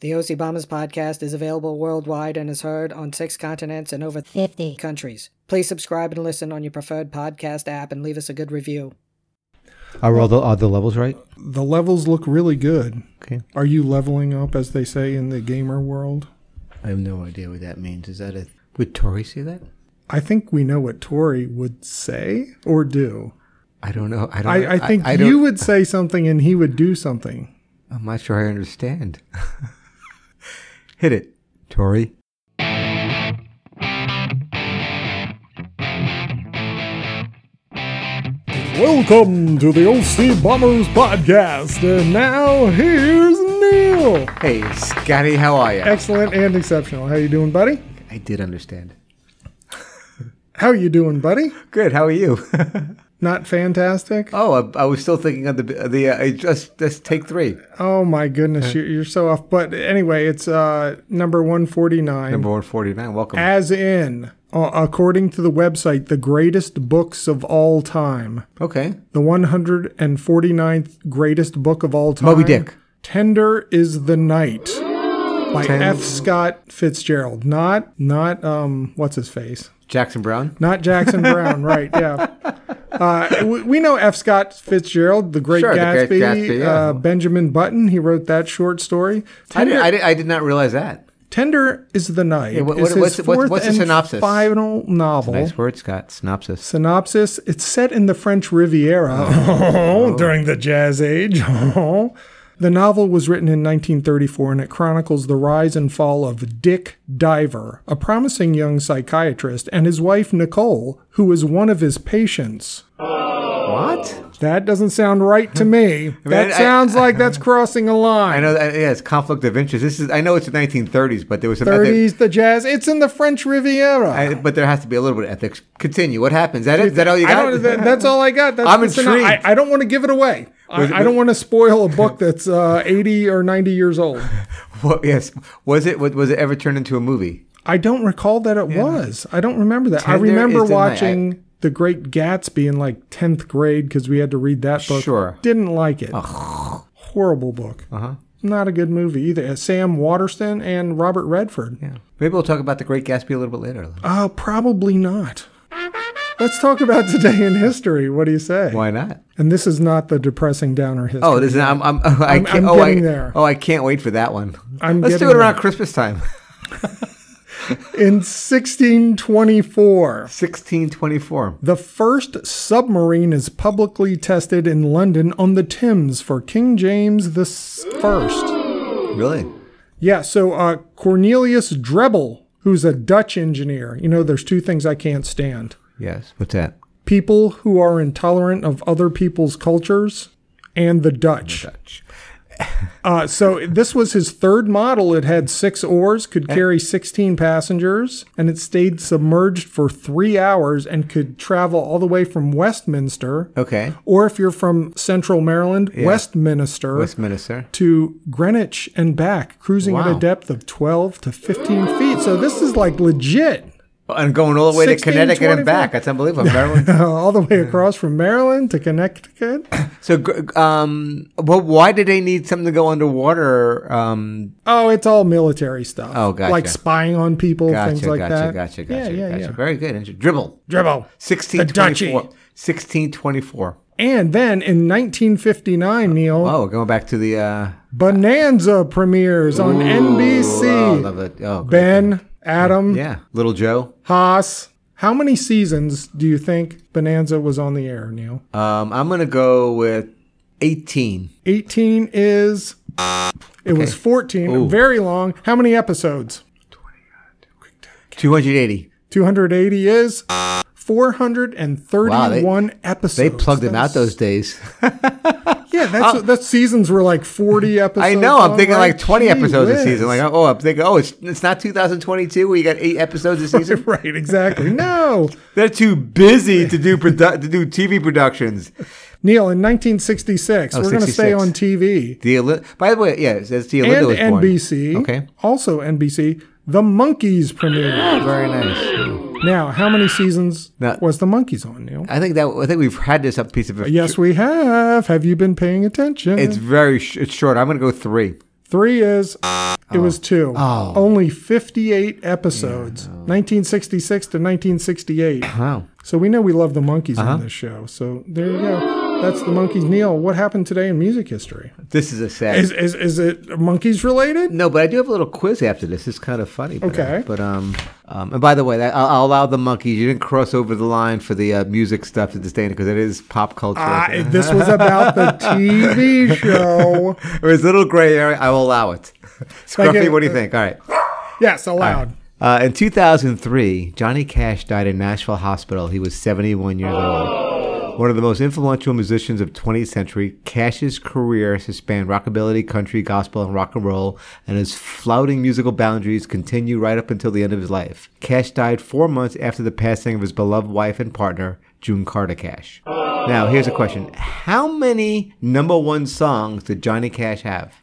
The OC Bombers podcast is available worldwide and is heard on six continents and over 50. countries. Please subscribe and listen on your preferred podcast app and leave us a good review. Are all the are the levels right? The levels look really good. Okay. Are you leveling up, as they say in the gamer world? I have no idea what that means. Is that a would Tori say that? I think we know what Tori would say or do. I don't know. I don't. I, I think don't- you would say something and he would do something. I'm not sure I understand. Hit it, Tori. Welcome to the OC Bombers podcast. And now here's Neil. Hey, Scotty, how are you? Excellent and exceptional. How you doing, buddy? I did understand. How you doing, buddy? Good. How are you? Not fantastic. oh, I, I was still thinking of the the. Uh, I just just take three. Oh my goodness, Uh, you're, you're so off. But anyway, it's uh, number 149. Number one forty nine. Welcome. as in, uh, according to the website, the greatest books of all time. okay. The 149th greatest book of all time. Moby Dick. Tender is the Night by Ten- F. Scott Fitzgerald. Not, not, um, what's his face? Jackson Brown. Not Jackson Brown, right? Yeah. Uh, we, we know F. Scott Fitzgerald, The Great Sure, The Gatsby, Great Gatsby, yeah. uh, Benjamin Button. He wrote that short story. I did, Tender- I, did, I did not realize that. Tender is the Night. Yeah, what- is what- what's- his what's- fourth what's the and synopsis? Final novel. Nice word, Scott. Synopsis. Synopsis It's set in the French Riviera Oh, during the Jazz Age. the novel was written in 1934 and it chronicles the rise and fall of Dick Diver, a promising young psychiatrist, and his wife Nicole, who was one of his patients. What? That doesn't sound right to me. That I- sounds like that's crossing a I line. know. That, yeah, it's conflict of interest. This is. I know it's the 1930s, but there was some ethic- 30s, the jazz. It's in the French Riviera. I, but there has to be a little bit of ethics. Continue. What happens? That is that all you I got? don't, that, that's all I got. That's, I'm that's enough. intrigued. I, I don't want to give it away. I, I don't want to spoil a book that's uh, 80 or 90 years old. Well, yes. Was it? Was was it ever turned into a movie? I don't recall that it was. I don't remember that. Tender I remember is the night. watching The Great Gatsby in like 10th grade because we had to read that book. Sure. Didn't like it. Horrible book. Uh-huh. Not a good movie either. Uh, Sam Waterston and Robert Redford. Yeah. Maybe we'll talk about the Great Gatsby a little bit later. Uh, probably not. Let's talk about today in history. What do you say? Why not? And this is not the depressing downer history. Oh, this is. I'm. I'm. I I'm- can't, I'm oh, I, getting there. Oh, I can't wait for that one. I'm Let's do getting it around Christmas time. In 1624, 1624. the first submarine is publicly tested in London on the Thames for King James the s- First. Really? Yeah, so uh, Cornelius Drebel, who's a Dutch engineer, you know, there's two things I can't stand Yes. What's that? people who are intolerant of other people's cultures and the Dutch. Dutch. Uh, so this was his third model. It had six oars, could carry 16 passengers, and it stayed submerged for three hours and could travel all the way from Westminster, Okay. or if you're from Central Maryland, Westminster Westminster. to Greenwich and back, cruising at Wow. a depth of 12 to 15 feet. So this is like legit. And going all the way to 16, Connecticut and 24. back. That's unbelievable. Maryland. all the way across from Maryland to Connecticut. so, gr- um, well, why did they need something to go underwater? Um, Oh, it's all military stuff. Oh, gotcha. Like spying on people, gotcha, things like gotcha, that. gotcha, gotcha, yeah, yeah, gotcha. Very good. Inter- Dribble. yeah. Dribble. 1624. duchy. 1624. And then in 1959, Neil, Oh, we're going back to the. Uh, Bonanza premieres on oh, I NBC. love it. Oh, great. ben, Adam, Yeah. Little Joe. Haas. How many seasons do you think Bonanza was on the air, Neil? Um, I'm going to go with 18. 18 is. It was 14. Very long. How many episodes? 280. 280 is 431 Wow, they- episodes. They plugged them out That's- those days. Yeah, that's that seasons were like 40 episodes. I know. I'm long, thinking right? like 20 Gee episodes a season. whiz. Like, oh, I'm thinking, oh, it's, it's not 2022 where you got eight episodes a season. right, exactly. No. They're too busy to do produ- to do TV productions. Neil, in 1966, Oh, we're going to stay 66. on TV. The Oli- by the way, yes, that's the Olinda And was born. NBC. Okay. Also NBC, The Monkeys premiere. Very nice. Now, how many seasons Now- was The Monkeys on, Neil? I think that I think we've had this up piece of Yes, we have. Have you been paying attention? It's very sh- it's short. I'm gonna go three. Three is it Oh. was two. Only 58 episodes, 1966 to 1968. Wow. So we know we love the monkeys Uh-huh. on this show. So there you go. That's the monkeys. Neil, what happened today in music history? This is a sad. Is is, is it monkeys related? no, but I do have a little quiz after this. It's kind of funny. But, uh, Okay. but um, um, and by the way, that, I'll, I'll allow the monkeys. You didn't cross over the line for the uh, music stuff to disdain because it is pop culture. Ah, it- this was about the TV show. It was a little gray area. I will allow it. Scruffy, you. what do you think? All right. Yes, allowed. Uh, in 2003, Johnny Cash died in Nashville Hospital. He was 71 years old. One of the most influential musicians of 20th century, Cash's career has spanned rockabilly, country, gospel, and rock and roll, and his flouting musical boundaries continue right up until the end of his life. Cash died four months after the passing of his beloved wife and partner, June Carter Cash. Now, here's a question: How many number one songs did Johnny Cash have?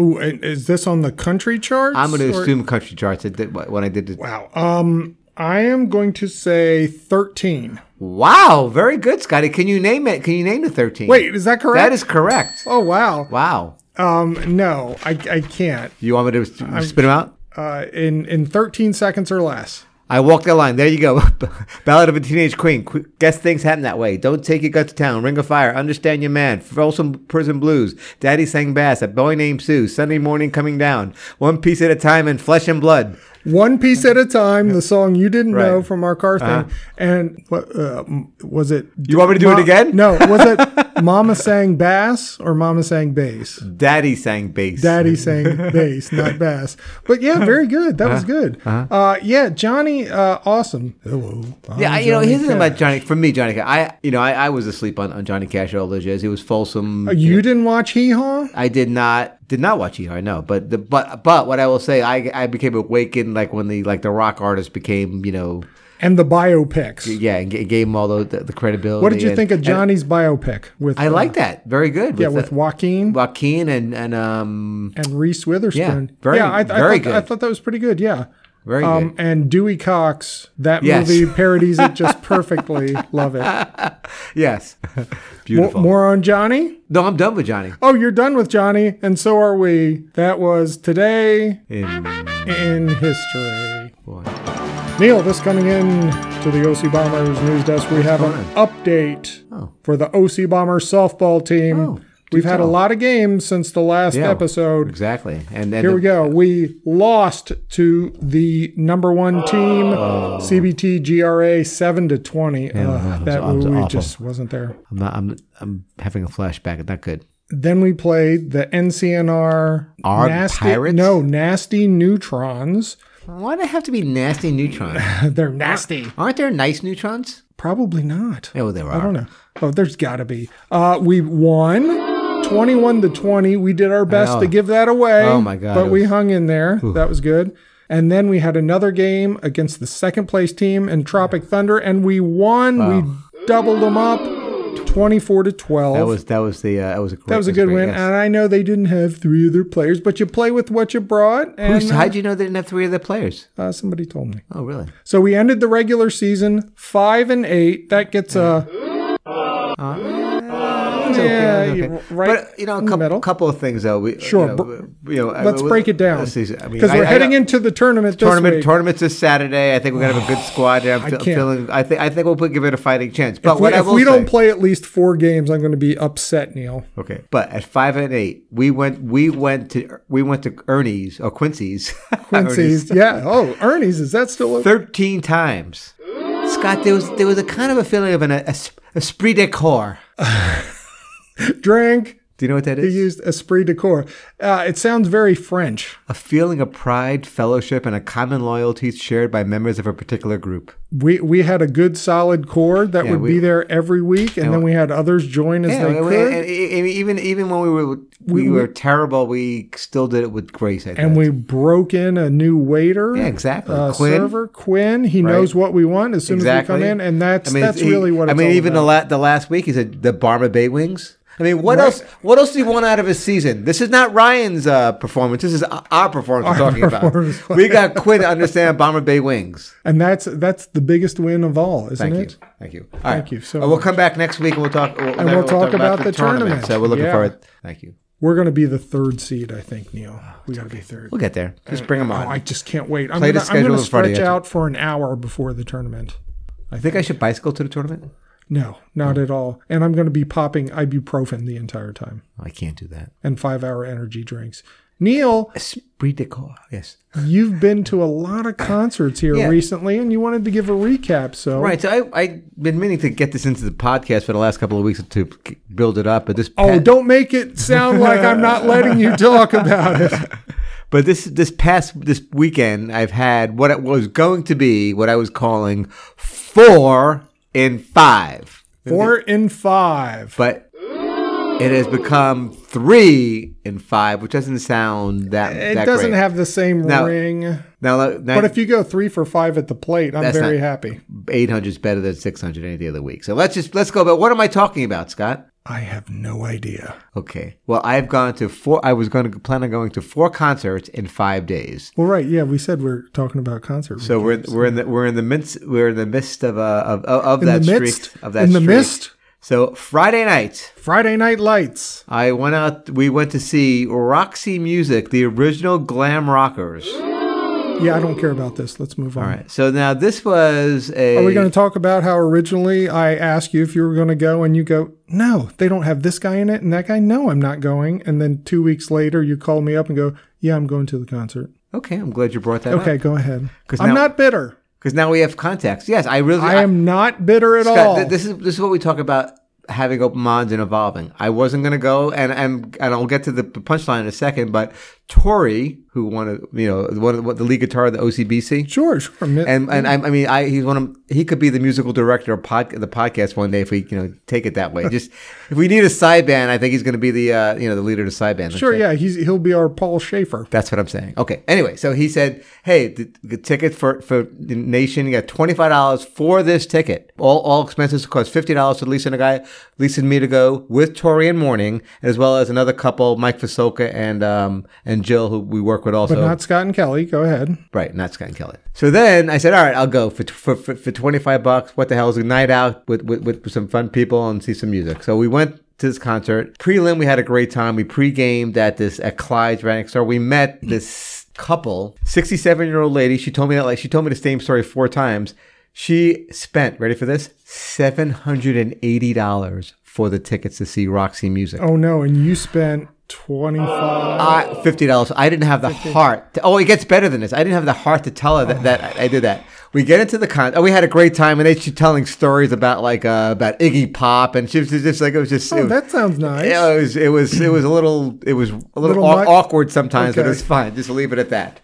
Ooh, and is this on the country charts? I'm going to or- assume country charts. I did, when I did the Wow. Um, I am going to say 13. Wow, very good, Scotty. Can you name it? Can you name the 13? Wait, is that correct? That is correct. Oh wow. Wow. Um, no, I, I can't. You want me to s- spit them out? Uh, in in 13 seconds or less. I walked the line. There you go. Ballad of a Teenage Queen. Qu- Guess things happen that way. Don't take your gut to town. Ring of Fire. Understand Your Man. Folsom Prison Blues. Daddy Sang Bass. A Boy Named Sue. Sunday Morning Coming Down. One Piece at a Time and Flesh and Blood. One piece at a time. The song you didn't know Right. Uh-huh. from our car thing. And what uh, m- was it? You want me to do it again? No. Was it Mama sang bass or Mama sang bass? Daddy Sang Bass. Daddy sang bass, not bass. But yeah, very good. That was good. Uh, yeah, Johnny, uh, awesome. Hello. I'm Yeah, I- you know, Johnny here's the thing about Cash. Johnny. For me, Johnny Cash, I, you know, I, I was asleep on, on Johnny Cash all those years. He was Folsom. Oh, You didn't watch Hee Haw? I did not did not watch ER. No, but the but but what I will say, I I became awakened like when the like the rock artist became you know And the biopics. yeah and g- gave him all the the, the credibility. What did you and- think of and Johnny's biopic with uh, I like that. Very good. Yeah, with the- Joaquin Joaquin and and um and Reese Witherspoon. Yeah, very- I, I very thought, good. I thought that was pretty good. Yeah. very Um, good. and Dewey Cox, that Yes. movie parodies it just perfectly. Love it. Mo- Yes, beautiful. more on Johnny? no, I'm done with Johnny. Oh, you're done with Johnny, and so are we. That was today In- in history. boy. Neil, this coming in to the OC Bombers news desk, we have an update Oh. for the OC Bombers softball team. Oh, do We've had a tell. lot of games since the last Yeah, episode. exactly. And then Here we go. We lost to the number one team, Oh. CBT GRA, seven to twenty. Ugh, that was- that that was we awful. just wasn't there. I'm, not, I'm I'm having a flashback. Not good. Then we played the NCNR Our Pirates? No, nasty neutrons. Why do they have to be nasty neutrons? They're nasty. Aren't there nice neutrons? Probably not. Oh, there are. I don't know. Oh, there's got to be. Uh, we won 21 to 20. We did our best know. to give that away. Oh, my God. But It we was- hung in there. That was good. And then we had another game against the second place team in Tropic Thunder, and we won. We doubled them up 24 to 12. That was that was the uh, that was a great, That was a good great, win. yes. And I know they didn't have three of their players, but you play with what you brought. And Who's, how'd you know they didn't have three other players? uh, somebody told me. Oh, really? So we ended the regular season five and eight. That gets a. yeah, Uh, Okay, you- okay. right. But you know, a in the couple, middle. couple of things though. We, Sure, You br- know, we- you know, I- Let's we- break it down let's see. because I mean, I- we're I heading got- into the tournament. This tournament. week. Tournament's this Saturday. I think we're gonna have a good squad. There. I'm fe- can't. feeling. I think I think we'll put- give it a fighting chance. But If we, what I if will we say, don't play at least four games, I'm going to be upset, Neil. okay. But at five and eight, we went. We went to. We went to Ernie's or Quincy's. Ernie's. Quincy's, yeah. Oh, Ernie's, is that still? A, Thirteen times. Scott, there was there was a kind of a feeling of an a, esprit de corps. drink Do you know what that is? used esprit de corps. Uh, it sounds very French. a feeling of pride, fellowship, and a common loyalty shared by members of a particular group. We we had a good solid core that would we- be there every week, and then we had others join as Yeah, they and we- could. and- and even even when we were we, were terrible, we still did it with grace. I think. and we broke in a new waiter. Yeah, exactly. Uh, Quinn. server Quinn. He knows what we want as soon as we come in, and that's that's it's- he- really what it's I mean. all even about. the la- the last week, he said the Barma Bay Wings. I mean, what else? What else do you want out of a season? This is not Ryan's uh, performance. This is our our performance we're talking performance. about. we got Quinn to understand Bomber Bay Wings. and that's that's the biggest win of all, isn't Thank it? you. Thank you. All right. you so Uh, We'll come back next week and we'll talk. We'll, and we'll talk about the tournament. So we're looking Yeah. forward. Thank you. We're going to be the third seed, I think, Neil. We got to be third. We'll get there. Just bring them Oh, on. I I just can't wait. I'm Play the gonna, I'm schedule gonna in front of stretch you. out for an hour before the tournament. think I should bicycle to the tournament. No, not at all. And I'm going to be popping ibuprofen the entire time Oh, I can't do that. and five hour energy drinks. Neil, Esprit de corps. Yes. you've been to a lot of concerts here Yeah. recently and you wanted to give a recap. So, Right. So I, I've been meaning to get this into the podcast for the last couple of weeks to k- build it up, but this. oh, pa- don't make it sound like I'm not letting you talk about it. But this this past this weekend, I've had what it was going to be what I was calling four in five, Four in five. but it has become three in five, which doesn't sound that. It that doesn't great. have the same Now- ring. now. now But if you go three for five at the plate, I'm That's very not- happy. eight hundred is better than six hundred any day of the week. So let's just let's go. But what am I talking about, Scott? I have no idea. Okay. Well, I've gone to four. I was going to plan on going to four concerts in five days. Well, right. Yeah, we said we're talking about concerts. So we're we're in the we're in the midst we're in the midst of uh, of of, of in that the streak midst. of that in the streak. mist. So Friday night, Friday Night Lights. I went out. We went to see Roxy Music, the original glam rockers. Yeah, I don't care about this. Let's move on. All right. So now this was a. Are we going to talk about how originally I asked you if you were going to go and you go, no, they don't have this guy in it and that guy? No, I'm not going. And then two weeks later, you call me up and go, yeah, I'm going to the concert. Okay, I'm glad you brought that Okay, go ahead. 'Cause I'm now- not bitter. Because now we have context. Yes, I really. I am not bitter at Scott, all. th- this is this is what we talk about having open minds and evolving. I wasn't going to go, and and and I'll get to the punchline in a second. But Tori, who won, a, you know, one of the, the lead guitar of the OCBC, sure, sure. mi- and and I, I mean, I he's one of he could be the musical director of pod, the podcast one day if we you know take it that way. Just if we need a side band, I think he's going to be the uh, you know the leader of the side band. sure, yeah, he's, he'll be our Paul Schaefer. That's what I'm saying. Okay. Anyway, so he said, "Hey, the, the ticket for for the nation, you got twenty five dollars for this ticket. All all expenses cost fifty dollars to Lisa and a guy, Lisa and me to go with Tori and Morning, as well as another couple, Mike Fasoka and um and Jill, who we work with also. But not Scott and Kelly. Go ahead. Right, not Scott and Kelly. So then I said, all right, I'll go for for, for, for 25 bucks. What the hell is a night out with, with, with some fun people and see some music. So we went to this concert. Prelim, we had a great time. We pre-gamed at this at Clyde's right next door. We met this couple, 67 year old lady. She told me that like she told me the same story four times. She spent, ready for this, seven hundred and eighty dollars for the tickets to see Roxy Music. Oh, no. And you spent 25. I, fifty dollars. I didn't have the heart. To, oh, it gets better than this. I didn't have the heart to tell her that, that I, I did that. We get into the con. Oh, we had a great time, and then she's telling stories about like uh, about Iggy Pop, and she was just like it was just. it Oh, was, that sounds nice. yeah, it was it was it was a little it was a little, Little aw- much? awkward sometimes, but Okay. it's fine. Just leave it at that.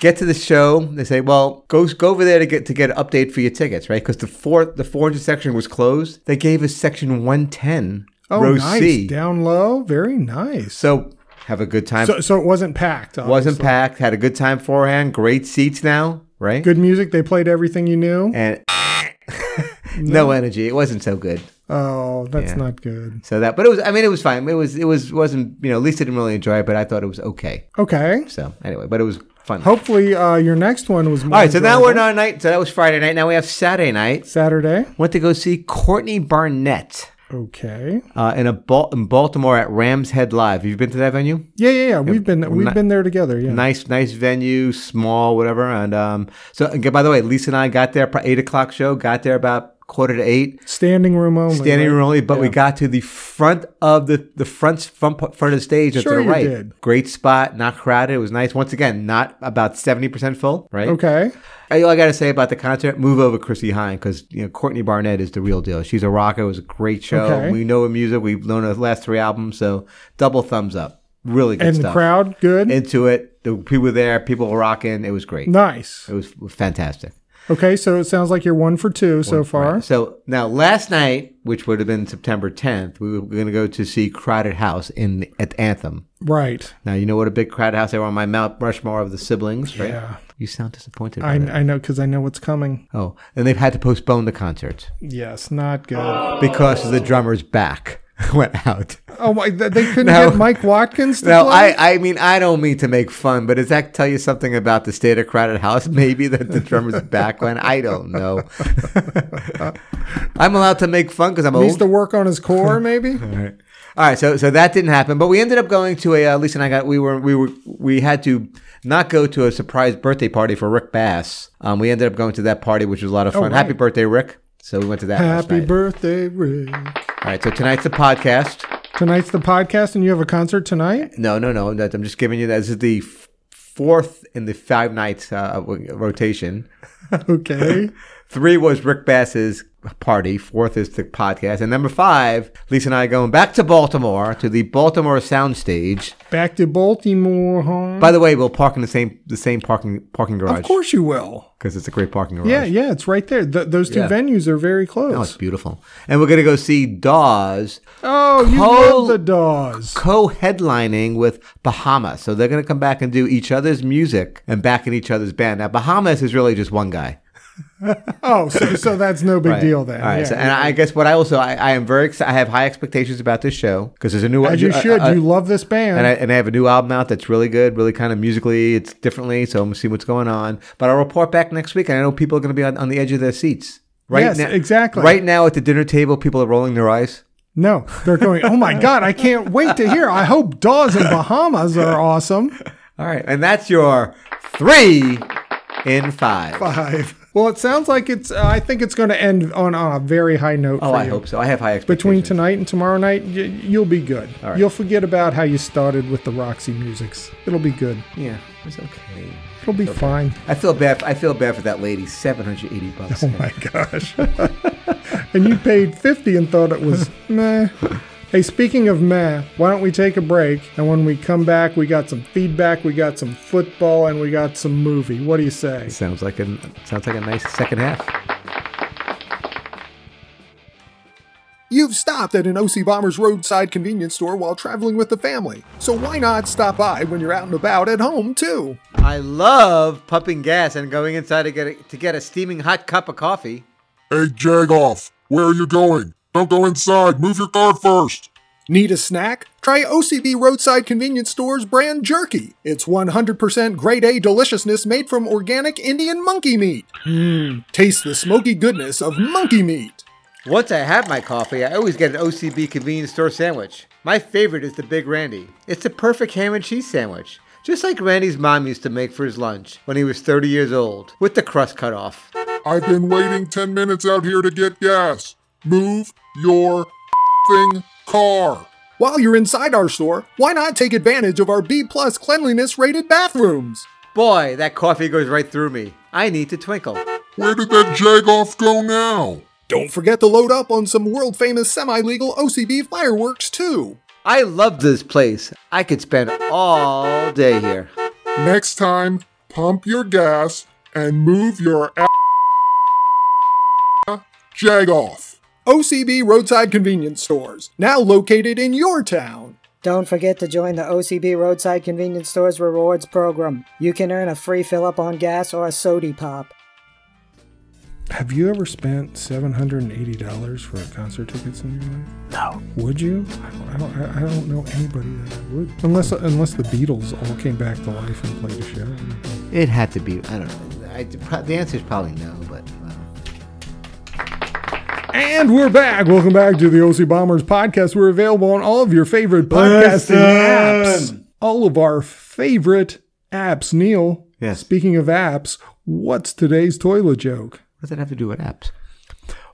Get to the show. They say, "Well, go go over there to get to get an update for your tickets, right?" Because the four the four hundred section was closed. They gave us section one ten, Oh, row nice. C. Down low. Very nice. So have a good time. So, so it wasn't packed. Obviously. Wasn't packed. Had a good time beforehand. Great seats now, right? Good music. They played everything you knew. And no. energy. It wasn't so good. Oh, that's not good. So that, but it was. I mean, it was fine. It was. It was. Wasn't. You know, at least I didn't really enjoy it, but I thought it was okay. Okay. So anyway, but it was fun. Hopefully, uh, your next one was more. All right. So now we're enjoyable. on night. So that was Friday night. Now we have Saturday night. Saturday. Went to go see Courtney Barnett Okay. uh, in a Bal- in Baltimore at Rams Head Live. You've been to that venue? Yeah, yeah, yeah. We've been we've been there together. Yeah. Nice, nice venue, small, whatever. And um, so, and by the way, Lisa and I got there pro- eight o'clock show. Got there about quarter to eight. Standing room only. Standing right? room only, but we got to the front of the the front front, p- front of the stage Sure to the you right. did. Great spot, not crowded. It was nice. Once again, not about seventy percent full. Right. Okay. Hey, All I got to say about the concert, move over Chrissy Hine because you know Courtney Barnett is the real deal. She's a rocker. It was a great show. Okay. We know her music. We've known her last three albums, so double thumbs up. Really good And stuff the crowd, good. into it. The people were there, people were rocking. It was great. nice. It was fantastic. Okay, so it sounds like you're one for two so far. So now last night, which would have been September 10th, we were going to go to see Crowded House in at Anthem. Right. Now you know what a big Crowded House they were on my Mount Rushmore of the siblings, right? Yeah. You sound disappointed. I, by that. I know because I know what's coming. oh, and they've had to postpone the concert Yes, not good. because of the drummer's back. went out. Oh my! th- They couldn't No. get Mike Watkins. To Now, play? I, I mean, I don't mean to make fun, but does that tell you something about the state of Crowded House? Maybe that the drummer's back when I don't know. I'm allowed to make fun because I'm needs old. to work on his core, maybe. All right. All right, so so that didn't happen, but we ended up going to a uh, Lisa and I got we were we were we had to not go to a surprise birthday party for Rick Bass. Um, we ended up going to that party, which was a lot of fun. Oh, right. Happy birthday, Rick! So we went to that. last Happy night. birthday, Rick! All right, so tonight's the podcast. Tonight's the podcast, and you have a concert tonight. No, no, no. that- I'm just giving you that. This is the f- fourth in the five nights uh, w- rotation. Okay. Three was Rick Bass's party. Fourth is the podcast. And number five, Lisa and I are going back to Baltimore to the Baltimore Soundstage. Back to Baltimore, huh? By the way, we'll park in the same the same parking parking garage of course you will. because it's a great parking garage. Yeah, yeah, it's right there. Th- those two Yeah. venues are very close. Oh, it's beautiful. And we're going to go see Dawes Oh, you Col- love the Dawes. co-headlining with Bahamas. So they're going to come back and do each other's music and back in each other's band. Now, Bahamas is really just one guy. Oh, so, so that's no big deal then. All right. Yeah. so, and I guess what I also I, I am very excited. I have high expectations about this show because there's a new As you uh, should. uh, you love this band. and I, and I have a new album out that's really good, really kind of musically. It's differently, so I'm gonna see what's going on. But I'll report back next week, and I know people are gonna be on, on the edge of their seats. Right Yes, now, exactly. Right now at the dinner table, people are rolling their eyes. no, they're going, oh my God, I can't wait to hear. I hope Dawes and Bahamas are awesome. All right, and that's your three in five. Five. Well, it sounds like it's, uh, I think it's going to end on, on a very high note Oh, for I you. hope so. I have high expectations. Between tonight and tomorrow night, y- you'll be good. You'll forget about how you started with the Roxy Musics. It'll be good. yeah, it's okay. It'll be fine. I feel bad. I feel bad for that lady. Seven hundred eighty bucks. Oh my gosh. and you paid 50 and thought it was meh. Hey, speaking of meh, why don't we take a break? And when we come back, we got some feedback, we got some football, and we got some movie. What do you say? Sounds like a sounds like a nice second half. You've stopped at an OC Bombers roadside convenience store while traveling with the family. So why not stop by when you're out and about at home, too? I love pumping gas and going inside to get a, to get a steaming hot cup of coffee. Hey, Jagoff, where are you going? Don't go inside. Move your car first. Need a snack? Try OCB Roadside Convenience Store's brand jerky. It's 100% grade A deliciousness made from organic Indian monkey meat. Taste the smoky goodness of monkey meat. Once I have my coffee, I always get an OCB convenience store sandwich. My favorite is the Big Randy. It's the perfect ham and cheese sandwich, just like Randy's mom used to make for his lunch when he was 30 years old, with the crust cut off. I've been waiting 10 minutes out here to get gas. Move your thing car. While you're inside our store, why not take advantage of our B plus cleanliness rated bathrooms? Boy, that coffee goes right through me. I need to twinkle. Where did that Jagoff go now? Don't forget to load up on some world famous semi legal OCB fireworks, too. I love this place. I could spend all day here. Next time, pump your gas and move your a- Jagoff. OCB Roadside Convenience Stores, now located in your town. Don't forget to join the OCB Roadside Convenience Store's rewards program. You can earn a free fill up on gas or a sody pop. Have you ever spent seven hundred and eighty dollars for concert tickets in your life? No. Would you? I don't, I don't, I don't know anybody that would. Unless unless the Beatles all came back to life and played a show. It had to be. I don't know. I, the answer is probably no, but. And we're back. Welcome back to the OC Bombers podcast. We're available on all of your favorite podcasting apps. All of our favorite apps. Neil. Yes. Speaking of apps, what's today's toilet joke? What does that have to do with apps?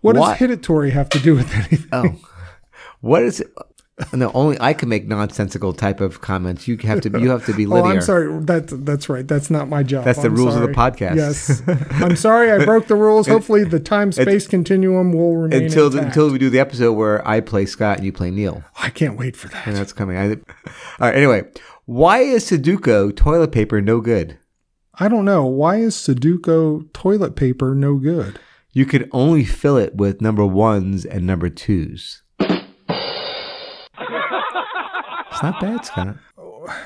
What, What? does hit it Tory have to do with anything? Oh, what is it? No, only I can make nonsensical type of comments. You have to. You have to be Oh, linear. I'm sorry. That's that's right. That's not my job. That's the I'm rules of the sorry. podcast. Yes, I'm sorry. I broke the rules. Hopefully, the time space continuum will remain Until the, intact. until we do the episode where I play Scott and you play Neil, I can't wait for that. and that's coming. I, all right. Anyway, why is Sudoku toilet paper no good? I don't know why is Sudoku toilet paper no good. You can only fill it with number ones and number twos. it's not bad, Scott.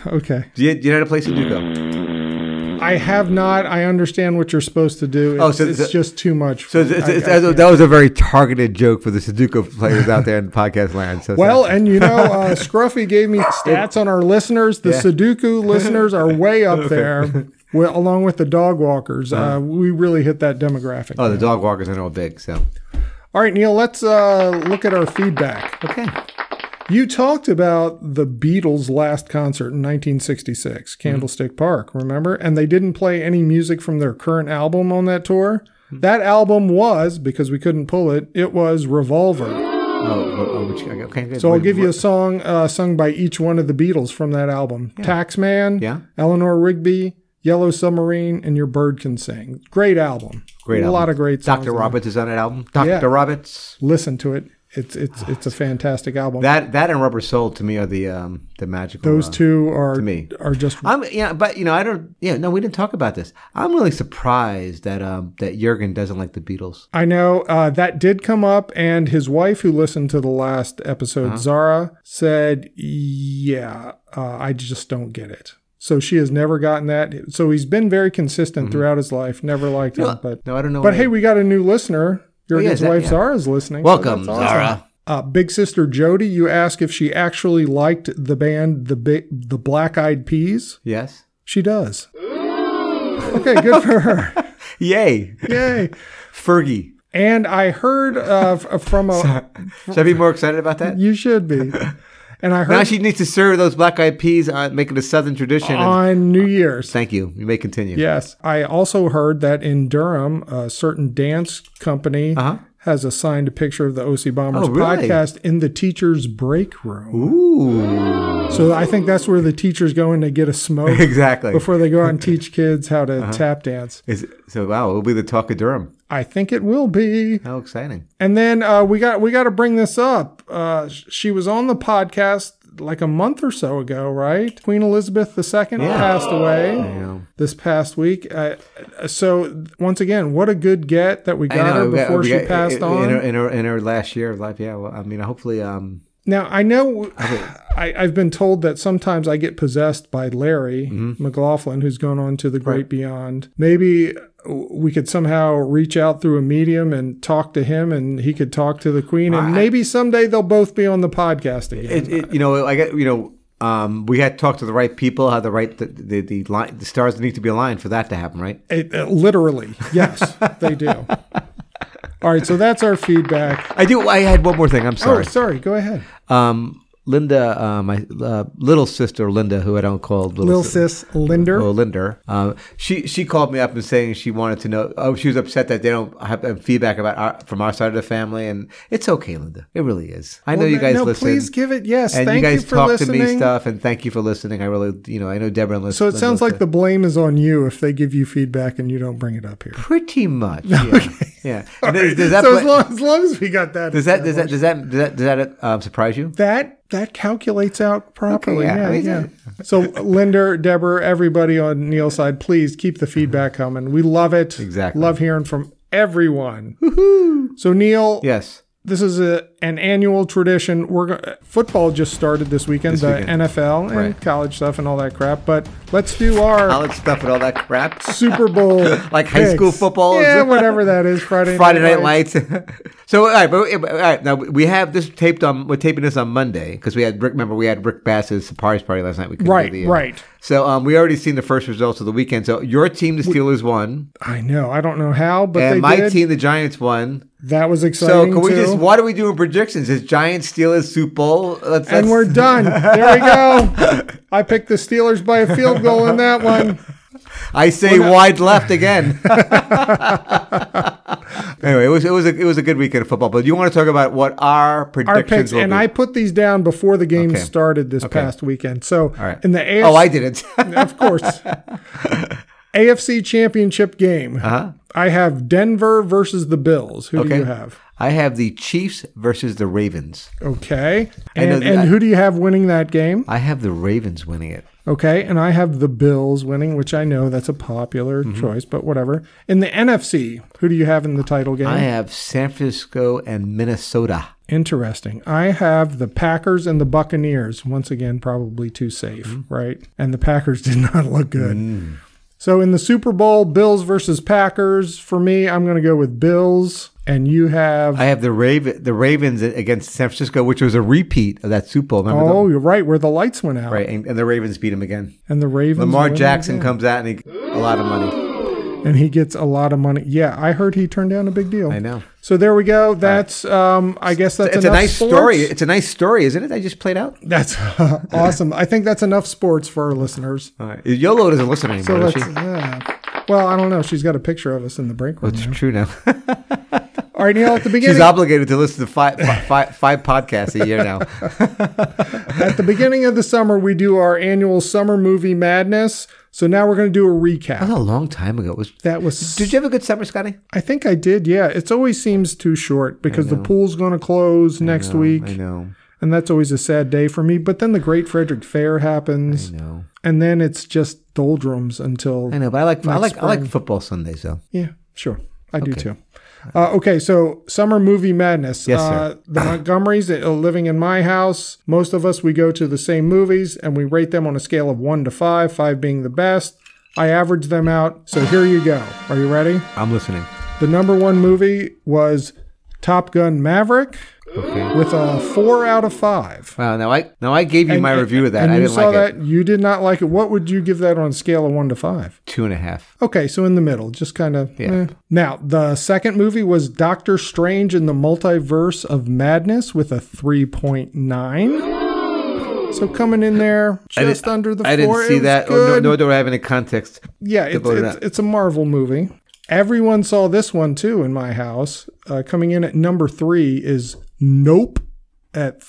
Okay, Do you, do you know how to play Sudoku? I have not. I understand what you're supposed to do. It's, Oh, so it's the- just too much. So for it's, me. it's, I- it's- I can't. that was a very targeted joke for the Sudoku players out there in podcast land. So it's well, not- and you know, uh, Scruffy gave me stats on our listeners. The Sudoku listeners are way up there, well, along with the dog walkers. Uh, we really hit that demographic. Uh-huh. oh, the dog walkers are all big. So All right, Neil, let's uh, look at our feedback. okay, You talked about the Beatles' last concert in 1966, Mm-hmm. Candlestick Park, remember? And they didn't play any music from their current album on that tour. Mm-hmm. That album was, because we couldn't pull it, it was Revolver. oh, oh, oh, which- okay, good. So I'll What- give you a what- song uh, sung by each one of the Beatles from that album Taxman, Yeah. Eleanor Rigby, Yellow Submarine, and Your Bird Can Sing. Great album. great a album. lot of great songs. Dr. in there. Roberts is on that album. Dr. Yeah. Roberts. Listen to it. It's, it's, it's a fantastic album. Ah, That that and Rubber Soul to me are the um the magical. Those uh, two are me. are just I'm yeah, but you know I don't yeah no we didn't talk about this. I'm really surprised that um that Jurgen doesn't like the Beatles. I know uh, that did come up, and his wife, who listened to the last Uh-huh. episode, Zara, said, Yeah, uh, I just don't get it. So she has never gotten that. So he's been very consistent throughout his life, never liked him. But, Mm-hmm. No, I don't know. but why- hey, we got a new listener. Your yeah, his that- wife, yeah. Zara's listening. so welcome that's awesome. Zara. Uh, Big sister Jody, you asked if she actually liked the band, the, Bi- the Black Eyed Peas. Yes. She does. Okay, good for her. Yay, Yay. Fergie. And I heard uh, f- from a. Should I be more excited about that? You should be. And I Now heard she needs to serve those black eyed peas, uh, making a southern tradition. and- on New Year's. thank you. You may continue. Yes. I also heard that in Durham, a certain dance company Uh-huh. has assigned a picture of the OC Bombers Oh, really? podcast in the teacher's break room. Ooh. So I think that's where the teachers go in to get a smoke Exactly. before they go out and teach kids how to Uh-huh. tap dance. Is so wow, it'll be the talk of Durham. I think it will be. How exciting. And then uh, we got we got to bring this up. Uh, sh- she was on the podcast like a month or so ago, right? Queen Elizabeth II passed away Oh, this past week. Uh, so once again, what a good get that we got her Uh, we got- before we she got- passed in, on. In her, in her in her last year of life, yeah. Well, I mean hopefully um now I know I, I've been told that sometimes I get possessed by Larry McLaughlin, who's gone on to the great beyond. Maybe uh, we could somehow reach out through a medium and talk to him, and he could talk to the Queen, and maybe someday they'll both be on the podcast again. it, it, you know, I get you know, um, we had to talk to the right people, how the right the the, the, line, the stars need to be aligned for that to happen, right? It- uh, literally, yes, they do. All right, so that's our feedback. I do. I had one more thing. I'm Oh, sorry. sorry. Go ahead. um, Linda, uh, my uh, little sister Linda, who I don't call little, Lil sis- Sis Linder. Oh, Linder. Uh, she she called me up and saying she wanted to know. Oh, she was upset that they don't have uh, feedback about our, from our side of the family, and it's okay, Linda. It really is. I know you guys no, listen. please give it. Yes, and thank you guys for talk listening. to me stuff, and thank you for listening. I really, you know, I know Deborah. And Liz, So it sounds like the blame is on you if they give you feedback and you don't bring it up here. pretty much. Yeah. yeah. And does, does that so pla- as, long, as long as we got that, does that does that does that does that, does that um, surprise you? that that calculates out properly. yeah, yeah, I mean, yeah. so Linder, Deborah, everybody on Neil's side, please keep the feedback coming. We love it. Exactly. Love hearing from everyone. So Neil, Yes. this is a, an annual tradition. We're go- football just started this weekend, the weekend. NFL and Right. college stuff and all that crap. But let's do our All that stuff and all that crap. Super Bowl, Like high school picks. football? yeah, whatever that is. Friday, Friday Night Lights. so all right, but, but all right. Now we have this taped on. We're taping this on Monday because we had Rick. Remember, we had Rick Bass's surprise party last night. We couldn't Right, do the, uh, right. So um, we already seen the first results of the weekend. So your team, the Steelers, won, I know. I don't know how, but they and my did. team, the Giants, won. that was So exciting. can we too. just? What are we doing predictions? Is Giants Steelers Super Bowl? Let's, and let's- we're done. There we go. I picked the Steelers by a field goal in that one. I say wide left again. anyway, it was it was a, it was a good weekend of football. But you want to talk about what our Our predictions picks, will and be? I put these down before the game Okay. started this past weekend. So right. in the AFC, oh, I didn't. of course, AFC Championship game. Uh-huh. I have Denver versus the Bills. Who do Okay. you have? I have the Chiefs versus the Ravens. Okay, I know and, that- and who do you have winning that game? I have the Ravens winning it. Okay, and I have the Bills winning, which I know that's a popular Mm-hmm. choice, but whatever. In the NFC, who do you have in the title game? I have San Francisco and Minnesota. Interesting. I have the Packers and the Mm-hmm. Mm. Buccaneers. Once again, probably too safe, right? And the Packers did not look good. So in the Super Bowl, Bills versus Packers. For me, I'm going to go with Bills, and you have. I have the Raven, the Ravens against San Francisco, which was a repeat of that Super Bowl. Remember oh, the, you're right. Where the lights went out, right? And, and the Ravens beat him again. and the Ravens. Lamar win Jackson again. comes out and he a lot of money. and he gets a lot of money. Yeah, I heard he turned down a big deal. I know. So there we go. That's. Um, I guess that's. It's a enough nice sports. story. It's a nice story, isn't it? I just played out. That's awesome. I think that's enough sports for our listeners. All right. Yolo doesn't listen anymore. So does let's. she? Oh, yeah. Well, I don't know. She's got a picture of us in the break room. It's there. true now. All right, Neil. At the beginning, She's obligated to listen to five, fi- fi- five podcasts a year now. At the beginning of the summer, we do our annual summer movie madness. So now we're going to do a recap. That was a long time ago. It was That was. Uh-huh. Did you have a good summer, Scotty? I think I did. Yeah, it's always seems too short because the pool's going to close next I week, know. and that's always a sad day for me. But then the Great Frederick Fair happens, I know. and then it's just doldrums until. I know, but I like I Next like I like spring. football Sundays though. Yeah, sure, I do too. Uh, okay, so summer movie madness. Yes, sir. uh, The Montgomerys that are living in my house. Most of us, we go to the same movies and we rate them on a scale of one to five, five being the best. I average them out. So here you go. Are you ready? I'm listening. The number one movie was Top Gun Maverick Okay. with a four out of five. Wow. Now I now I gave you my And- review of that. and I you didn't saw like it. that. You did not like it. What would you give that on a scale of one to five? Two and a half. Okay, so in the middle, just kind of. Yeah. eh. Now, the second movie was Doctor Strange in the Multiverse of Madness with a 3.9. So coming in there didn't- just under the I didn't four. it see was that. Oh, no, Good. nor do I have any context. yeah, it's, blow it it's, up. it's a Marvel movie. Everyone saw this one too in my house. Uh, coming in at number three is Nope at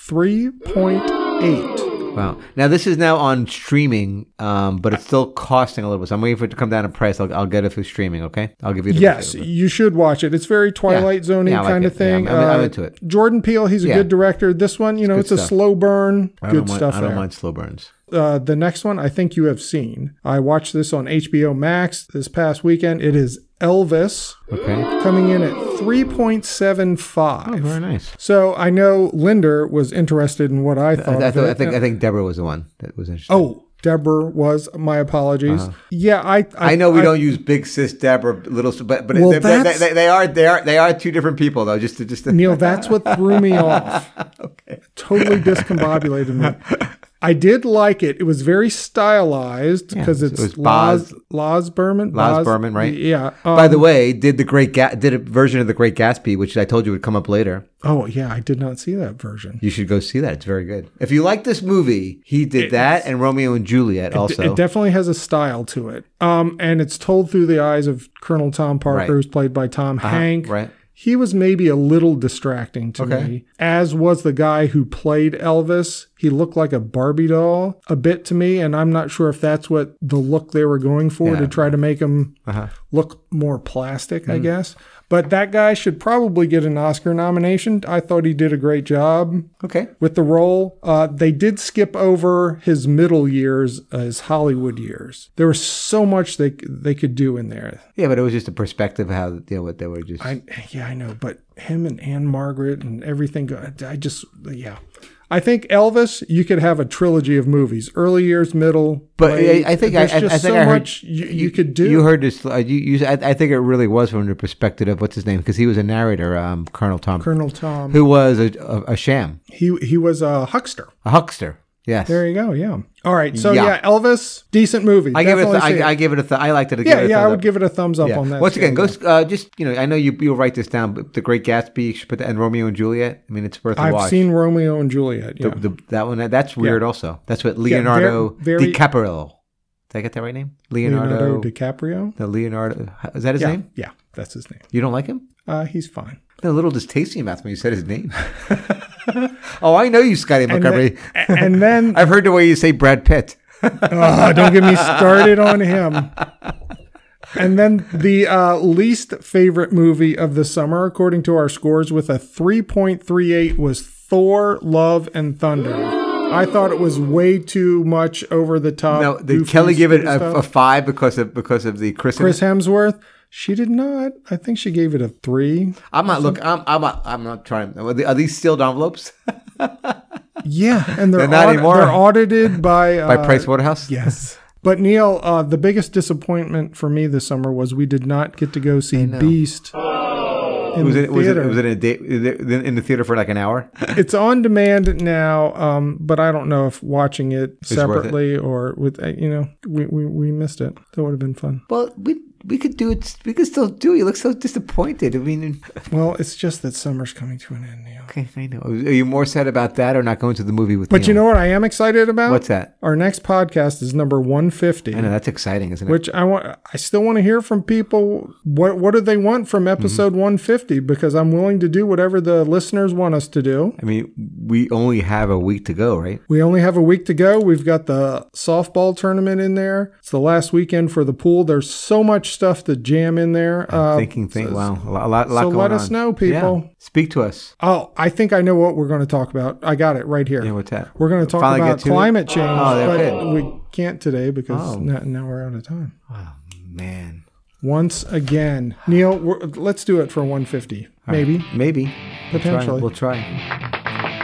3.8. Wow. Now this is now on streaming, um, but it's still costing a little bit. So I'm waiting for it to come down in price. I'll, I'll get it through streaming. Okay. I'll give you. The Yes, review. you should watch it. It's very Twilight Yeah, Zoney I like kind of it. Yeah, thing. Uh, I'm- I'm into it. Jordan Peele, he's a Yeah. good director. This one, you know, it's, good a stuff. slow burn. I don't Good mind, stuff I don't there. mind slow burns. Uh, the next one, I think you have seen. I watched this on HBO Max this past weekend. It is Elvis Okay. coming in at 3.75. Oh, very nice. So I know Linder was interested in what I I, thought. I, of thought, it. I think I think Deborah was the one that was interesting. oh, Deborah was. My apologies. Yeah, I. Uh-huh. I know we don't use big sis Deborah, little, sis- but but Well, they, they- that's- they- they are they are they are two different people though. Just to just to, Neil, that's what threw me off. Totally discombobulated me. I did like it. It was very stylized because it it's was Laz, Boz- Laz Berman. Laz Berman, right? Yeah. By um, the way, did the great Ga- did a version of the Great Gatsby, which I told you would come up later. oh yeah, I did not see that version. You should go see that. It's very good. If you like this movie, he did that and Romeo and Juliet also. It definitely has a style to it. Um, and it's told through the eyes of Colonel Tom Parker, Right. Uh-huh, who's played by Tom Hank. right. He was maybe a little distracting to me, as was the guy who played Elvis. He looked like a Barbie doll a bit to me, and I'm not sure if that's what the look they were going for to Yeah. Uh-huh. Mm. try to make him look more plastic, I guess. But that guy should probably get an Oscar nomination. I thought he did a great job okay. with the role. Uh, they did skip over his middle years, uh, his Hollywood years. There was so much they they could do in there. Yeah, but it was just a perspective of how you know what they were just. I yeah, I know, but him and Anne Margaret and everything. go- I just yeah. I think Elvis, you could have a trilogy of movies: early years, middle. but late. I, I think I, I, I there's think just so I heard much you, you, could do. You heard this. uh, You, you I, I think it really was from the perspective of what's his name because he was a narrator, um, Colonel Tom, Colonel Tom. who was a, a, a sham, he he was a huckster. a huckster. Yes. There you go. Yeah. All right. So yeah, Yeah. Elvis, decent movie. I give it. A th- Definitely see I, I give it a. Th- I liked it. I give yeah, it a yeah. I thumbs would up. give it a thumbs up Yeah. on that. Once again, scale. go s- uh, just you know. I know you you'll write this down, but The Great Gatsby. You should put that and Romeo and Juliet. I mean, it's worth a I've watch. seen Romeo and Juliet. Yeah. the, the, that one. That's weird. Also, that's what Leonardo very- very- DiCaprio. Did I get that right name? Leonardo. Leonardo, DiCaprio. the Leonardo. Is that his Yeah, name? yeah, that's his name. You don't like him? Uh, he's fine. Been a little distasteful about when you said his name. oh, I know you, Scotty then- McCarthy. and then, I've heard the way you say Brad Pitt. oh, don't get me started on him. And then the uh, least favorite movie of the summer, according to our scores, with a 3.38 was Thor: Love and Thunder. I thought it was way too much over the top. No, did goofy Kelly give it stupid Uh, stuff. a, a five because of because of the Chris? Chris Hemsworth? She did not. I think she gave it a three. I'm not look. I'm I'm not, I'm not trying. Are the- are these sealed envelopes? Yeah, and they're, They're not aud- anymore. they're audited by uh, by Price Waterhouse. Yes. But Neil, uh, the biggest disappointment for me this summer was we did not get to go see Beast in Was the it was it theater. was it in, a day, in the theater for like an hour? it's on demand now, um, but I don't know if watching it separately or with uh, you know we, we, we missed it. That would have been fun. Well, we we could do it. We could still do. it. You look so disappointed. I mean, Well, it's just that summer's coming to an end, Neil. okay, I know. Are you more sad about that or not going to the movie with? But you know what I am excited about? What's that? Our next podcast is number one fifty. I know that's exciting, isn't it? which I want. I still want to hear from people. What what do they want from Mm-hmm. episode 150? Because I'm willing to do whatever the listeners want us to do. I mean, we only have a week to go, right? We only have a week to go. We've got the softball tournament in there. It's the last weekend for the pool. There's so much stuff to jam in there. Uh, Thinking, think. Wow, a lot, a lot, a lot so going let us on. know, people. Yeah. Speak to us. oh, I think I know what we're going to talk about. I got it right here. Yeah, what's that? We're going to talk Finally get about to it? climate change, Oh, they're but good. we can't today because Oh. now, now we're out of time. Oh man, Once again, Neil, we're, let's do it for 150, maybe. maybe We'll try. Potentially. We'll try.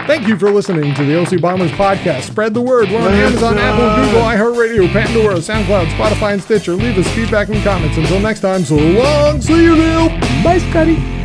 Thank you for listening to the OC Bombers podcast. Spread the word. We're on Amazon, Apple, Google, iHeartRadio, Pandora, SoundCloud, Spotify, and Stitcher. Leave us feedback and comments. Until next time, so long. See you, Neil. Bye, Scotty.